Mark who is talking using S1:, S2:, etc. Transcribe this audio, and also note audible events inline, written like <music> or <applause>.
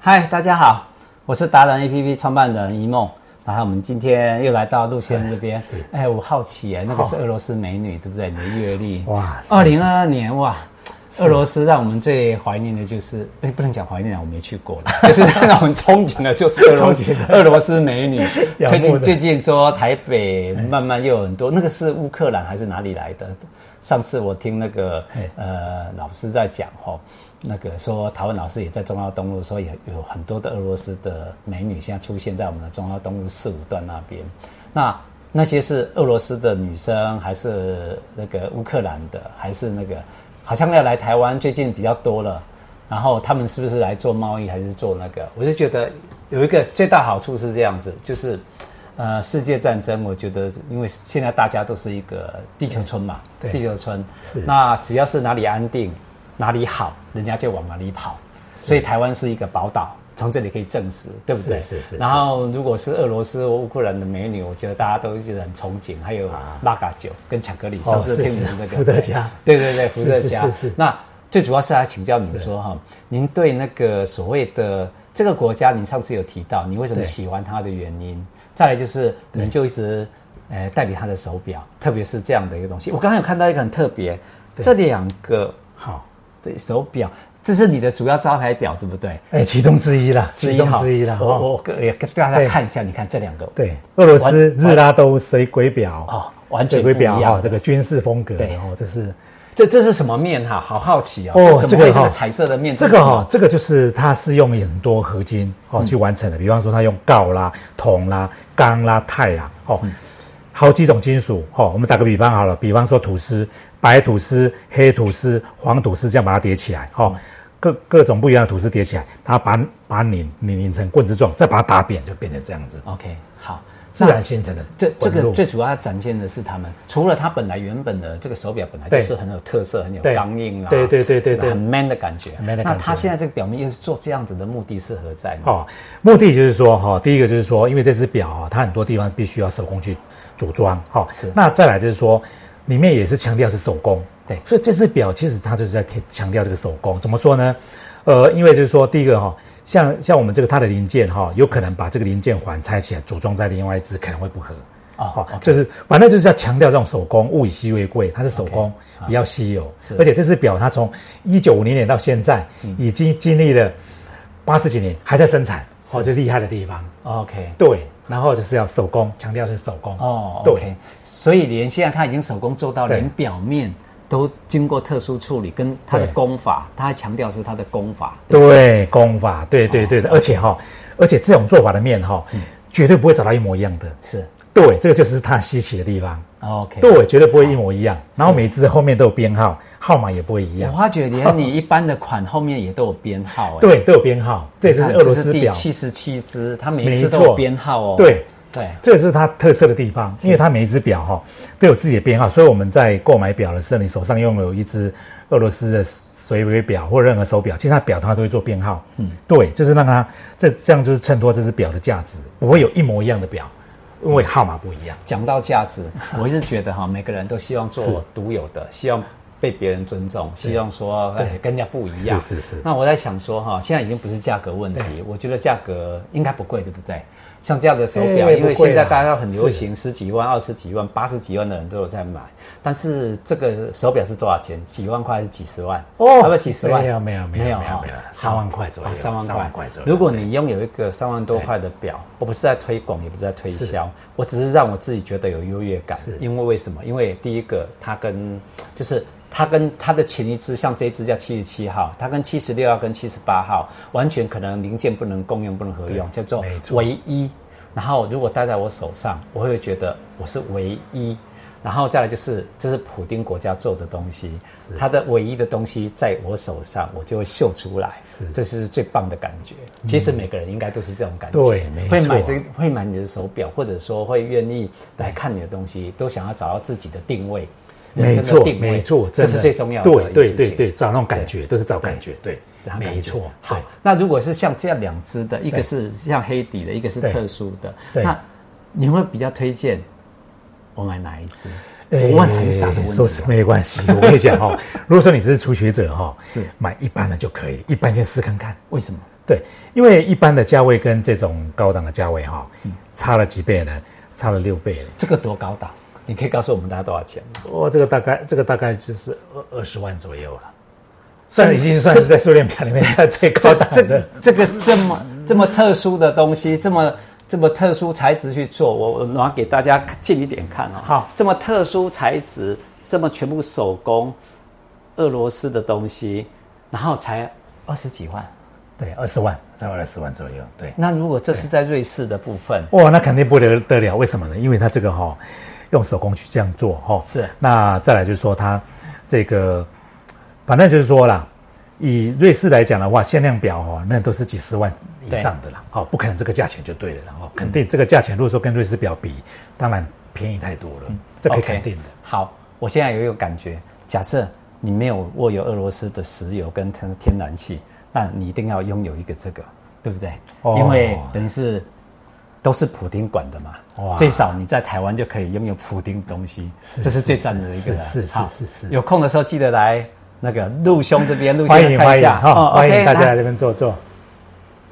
S1: 嗨，大家好，我是达人 APP 创办人一梦。然后我们今天又来到陆先这边，哎，我好奇哎，那个是俄罗斯美女对不对？你的阅历
S2: 哇
S1: 哇，二零二二年哇，俄罗斯让我们最怀念的就是，不不能讲怀念啊，我没去过了，就是让我们憧憬的就是俄罗
S2: 憧憬
S1: 斯俄罗斯美女。
S2: 仰
S1: 最
S2: 慕
S1: 近
S2: 的
S1: 最近说台北慢慢又有很多，那个是乌克兰还是哪里来的？上次我听那个呃老师在讲吼，那个说台湾老师也在中央东路说也有很多的俄罗斯的美女现在出现在我们的中央东路四五段那边，那那些是俄罗斯的女生还是那个乌克兰的还是那个好像要来台湾最近比较多了。然后他们是不是来做贸易还是做那个？我就觉得有一个最大好处是这样子，就是，呃，世界战争，我觉得因为现在大家都是一个地球村嘛，
S2: 对
S1: 地球村，
S2: 是
S1: 那只要是哪里安定，哪里好，人家就往哪里跑，所以台湾是一个宝岛。从这里可以证实，对不对？
S2: 是是是是
S1: 然后，如果是俄罗斯或乌克兰的美女，我觉得大家都一直很憧憬。还有
S2: 啊
S1: 拉嘎酒跟巧克力，
S2: 哦
S1: 上次
S2: 是
S1: 听你
S2: 是
S1: 的那个
S2: 伏特加
S1: 对对对，伏特
S2: 是是
S1: 加
S2: 是是
S1: 那最主要是来请教你说哈，您对那个所谓的这个国家，您上次有提到你为什么
S2: 对
S1: 喜欢它的原因，再来就是您就一直呃代理它的手表，特别是这样的一个东西。我刚刚有看到一个很特别，这两个
S2: 好，
S1: 对手表，这是你的主要招牌表对不对？
S2: 哎、其中之一啦，
S1: 之
S2: 其
S1: 一
S2: 中
S1: 哈
S2: 之一啦。
S1: 我
S2: 哦，
S1: 我给也给大家
S2: 对
S1: 看一下，你看这两个，
S2: 对，俄罗斯
S1: 完
S2: 日拉都水鬼表
S1: 哦完全
S2: 水鬼
S1: 不
S2: 表
S1: 一样
S2: 哦，这个军事风格，
S1: 对
S2: 然后这是
S1: 这这是什么面哈？好好奇哦，
S2: 哦
S1: 这怎么会
S2: 这个
S1: 这
S2: 哈
S1: 个彩色的面？
S2: 这个
S1: 是什
S2: 哈、
S1: 么
S2: 这个就是它是用很多合金哦、去完成的，比方说它用锆啦、铜啦、钢啦、钛啦，哦，好几种金属哦。我们打个比方好了，比方说吐司，白吐司、黑吐司、黄吐司，这样把它叠起来，
S1: 嗯
S2: 哦，各各种不一样的吐司叠起来，然后把把它拧拧拧成棍子状，再把它打扁，就变成这样子，
S1: OK 好，
S2: 自然形成的
S1: 这这
S2: 纹
S1: 个
S2: 路
S1: 最主要它展现的是他们，除了它本来原本的这个手表本来就
S2: 对
S1: 是很有特色、很有
S2: 对
S1: 刚硬啦，啊
S2: 对对对对对
S1: 很 man 的感觉。
S2: 很 man 的
S1: 那
S2: 感觉
S1: 它现在这个表面又是做这样子的目的是何在呢？
S2: 哦，目的就是说哈、第一个就是说，因为这只表啊、它很多地方必须要手工去组装，哈、
S1: 是
S2: 那再来就是说，里面也是强调是手工，
S1: 对
S2: 所以这只表其实它就是在贴强调这个手工。怎么说呢？呃，因为就是说，第一个哈、像像我们这个它的零件哈、有可能把这个零件环拆起来组装在另外一只，可能会不合。
S1: 哦
S2: 好
S1: OK
S2: 就是反正就是要强调这种手工，物以稀为贵，它是手工
S1: OK，好
S2: 比较稀有
S1: 是，嗯
S2: 而且这只表它从一九五零年到现在，已经经历了八十几年还在生产，哦，就厉害的地方。
S1: OK
S2: 对，然后就是要手工，强调是手工。
S1: 哦
S2: 对
S1: ，OK，所以连现在它已经手工做到
S2: 对
S1: 连表面都经过特殊处理，跟它的
S2: 对
S1: 工法，它还强调是它的工法。
S2: 对，工法，对对
S1: 哦
S2: 对的，而且哈、而且这种做法的面哈、
S1: 嗯
S2: 绝对不会找到一模一样的。
S1: 是
S2: 对，这个就是它稀奇的地方。
S1: OK。
S2: 对，绝对不会一模一样。然后每只后面都有编号，号码也不会一
S1: 我
S2: 样。
S1: 发觉连你一般的款后面也都有编号，哎，欸
S2: 对，都有编号。对，这是俄罗斯表。
S1: 七十七只，它每一
S2: 没
S1: 只都有
S2: 错
S1: 编号哦。
S2: 对，
S1: 对，
S2: 这个是它特色的地方，因为它每一只表哈、都有自己的编号，所以我们在购买表的时候，你手上拥有一只俄罗斯的水尾表或任何手表，其实它表它都会做编号。嗯，对，就是让它这这样就是衬托这只表的价值，不会有一模一样的表，因为号码不一样。
S1: 讲到价
S2: <laughs>
S1: 值，我一直觉得哈，每个人都希望做我独有的，希望被别人尊重，希望说哎跟人家不一样。
S2: 是是是
S1: 那我在想说哈，现在已经不是价格问题，我觉得价格应该不贵，对不对？像这样的手表，
S2: 哎
S1: 因为
S2: 不贵啊
S1: 现在大家很流行，十几万、二十几万、八十几万的人都有在买。但是这个手表是多少钱？几万块还是几十万？
S2: 哦
S1: 要不要几十万？
S2: 没有没有没有没有
S1: 哈
S2: 没有三万块左右
S1: 哦三万
S2: 三
S1: 块
S2: 万块左右
S1: 如果你拥有一个三万多块的表，我不是在推广，也不是在推销，我只是让我自己觉得有优越感
S2: 是。
S1: 因为为什么？因为第一个，它跟就是它跟它的前一支，像这一支叫七十七号，它跟七十六号跟七十八号完全可能零件不能共用，不能合用，叫做
S2: 没错
S1: 唯一。然后如果戴在我手上，我会觉得我是唯一。然后再来就是，这是普丁国家做的东西，它的唯一的东西在我手上，我就会秀出来，
S2: 是嗯
S1: 这是最棒的感觉。其实每个人应该都是这种感觉，
S2: 对没
S1: 会买
S2: 错
S1: 这会买你的手表，或者说会愿意来看你的东西，都想要找到自己的定位，人
S2: 没
S1: 生的
S2: 错，
S1: 定位
S2: 没错，
S1: 嗯这
S2: 真的
S1: 是最重要的一
S2: 对
S1: 件
S2: 对
S1: 事
S2: 对
S1: 情
S2: 对，找那种感觉都是找感觉，对，
S1: 然后感觉
S2: 没错，
S1: 好
S2: 对，
S1: 那如果是像这样两只的，一个
S2: 对
S1: 是像黑底的，一个是
S2: 对
S1: 特殊的，
S2: 对
S1: 那你会比较推荐我买哪一只？
S2: 哎
S1: 我问很傻的问
S2: 说
S1: 题啊
S2: 是。没有关系，我
S1: <laughs>
S2: 跟你讲哈、如果说你只是初学者哈、
S1: 是
S2: 买一般的就可以，一般先试看看。
S1: 为什么？
S2: 对，因为一般的价位跟这种高档的价位哈、差了几倍呢？差了六倍了。
S1: 这个多高档？你可以告诉我们大家多少钱吗？
S2: 哦，这个大概这个大概就是二二十万左右了，算已经算是在数量表里面算最高档
S1: 这
S2: 的。
S1: 这个这么这么特殊的东西，这么这么特殊材质去做，我我拿给大家看近一点看啊、哦。
S2: 好，
S1: 这么特殊材质，这么全部手工，俄罗斯的东西，然后才二十几万。
S3: 对，二十万，在二十万左右。对，
S1: 那如果这是在瑞士的部分，
S2: 哇，那肯定不得得了，为什么呢？因为它这个哈、用手工去这样做哈、
S1: 是
S2: 那再来就是说它这个，反正就是说啦，以瑞士来讲的话，限量表哈、那都是几十万以上的啦，好、不可能这个价钱就对了啦，然、
S1: 嗯
S2: 后肯定这个价钱，如果说跟瑞士表比，当然便宜太多了，这可
S1: 嗯
S2: 以
S1: OK，
S2: 肯定的。
S1: 好，我现在有一个感觉，假设你没有握有俄罗斯的石油跟天天然气，那你一定要拥有一个这个，对不对？
S2: 哦
S1: 因为等于是都是普丁管的嘛，
S2: 哇
S1: 最少你在台湾就可以拥有普丁的东西，这是最赞的一个了。
S2: 是是是
S1: 好
S2: 是是
S1: 有空的时候记得来那个陆兄这边，陆
S2: 欢
S1: 先
S2: 迎
S1: 看
S2: 欢
S1: 一
S2: 迎
S1: 下哦
S2: 哈、欢迎大家
S1: 来
S2: 来这边坐坐。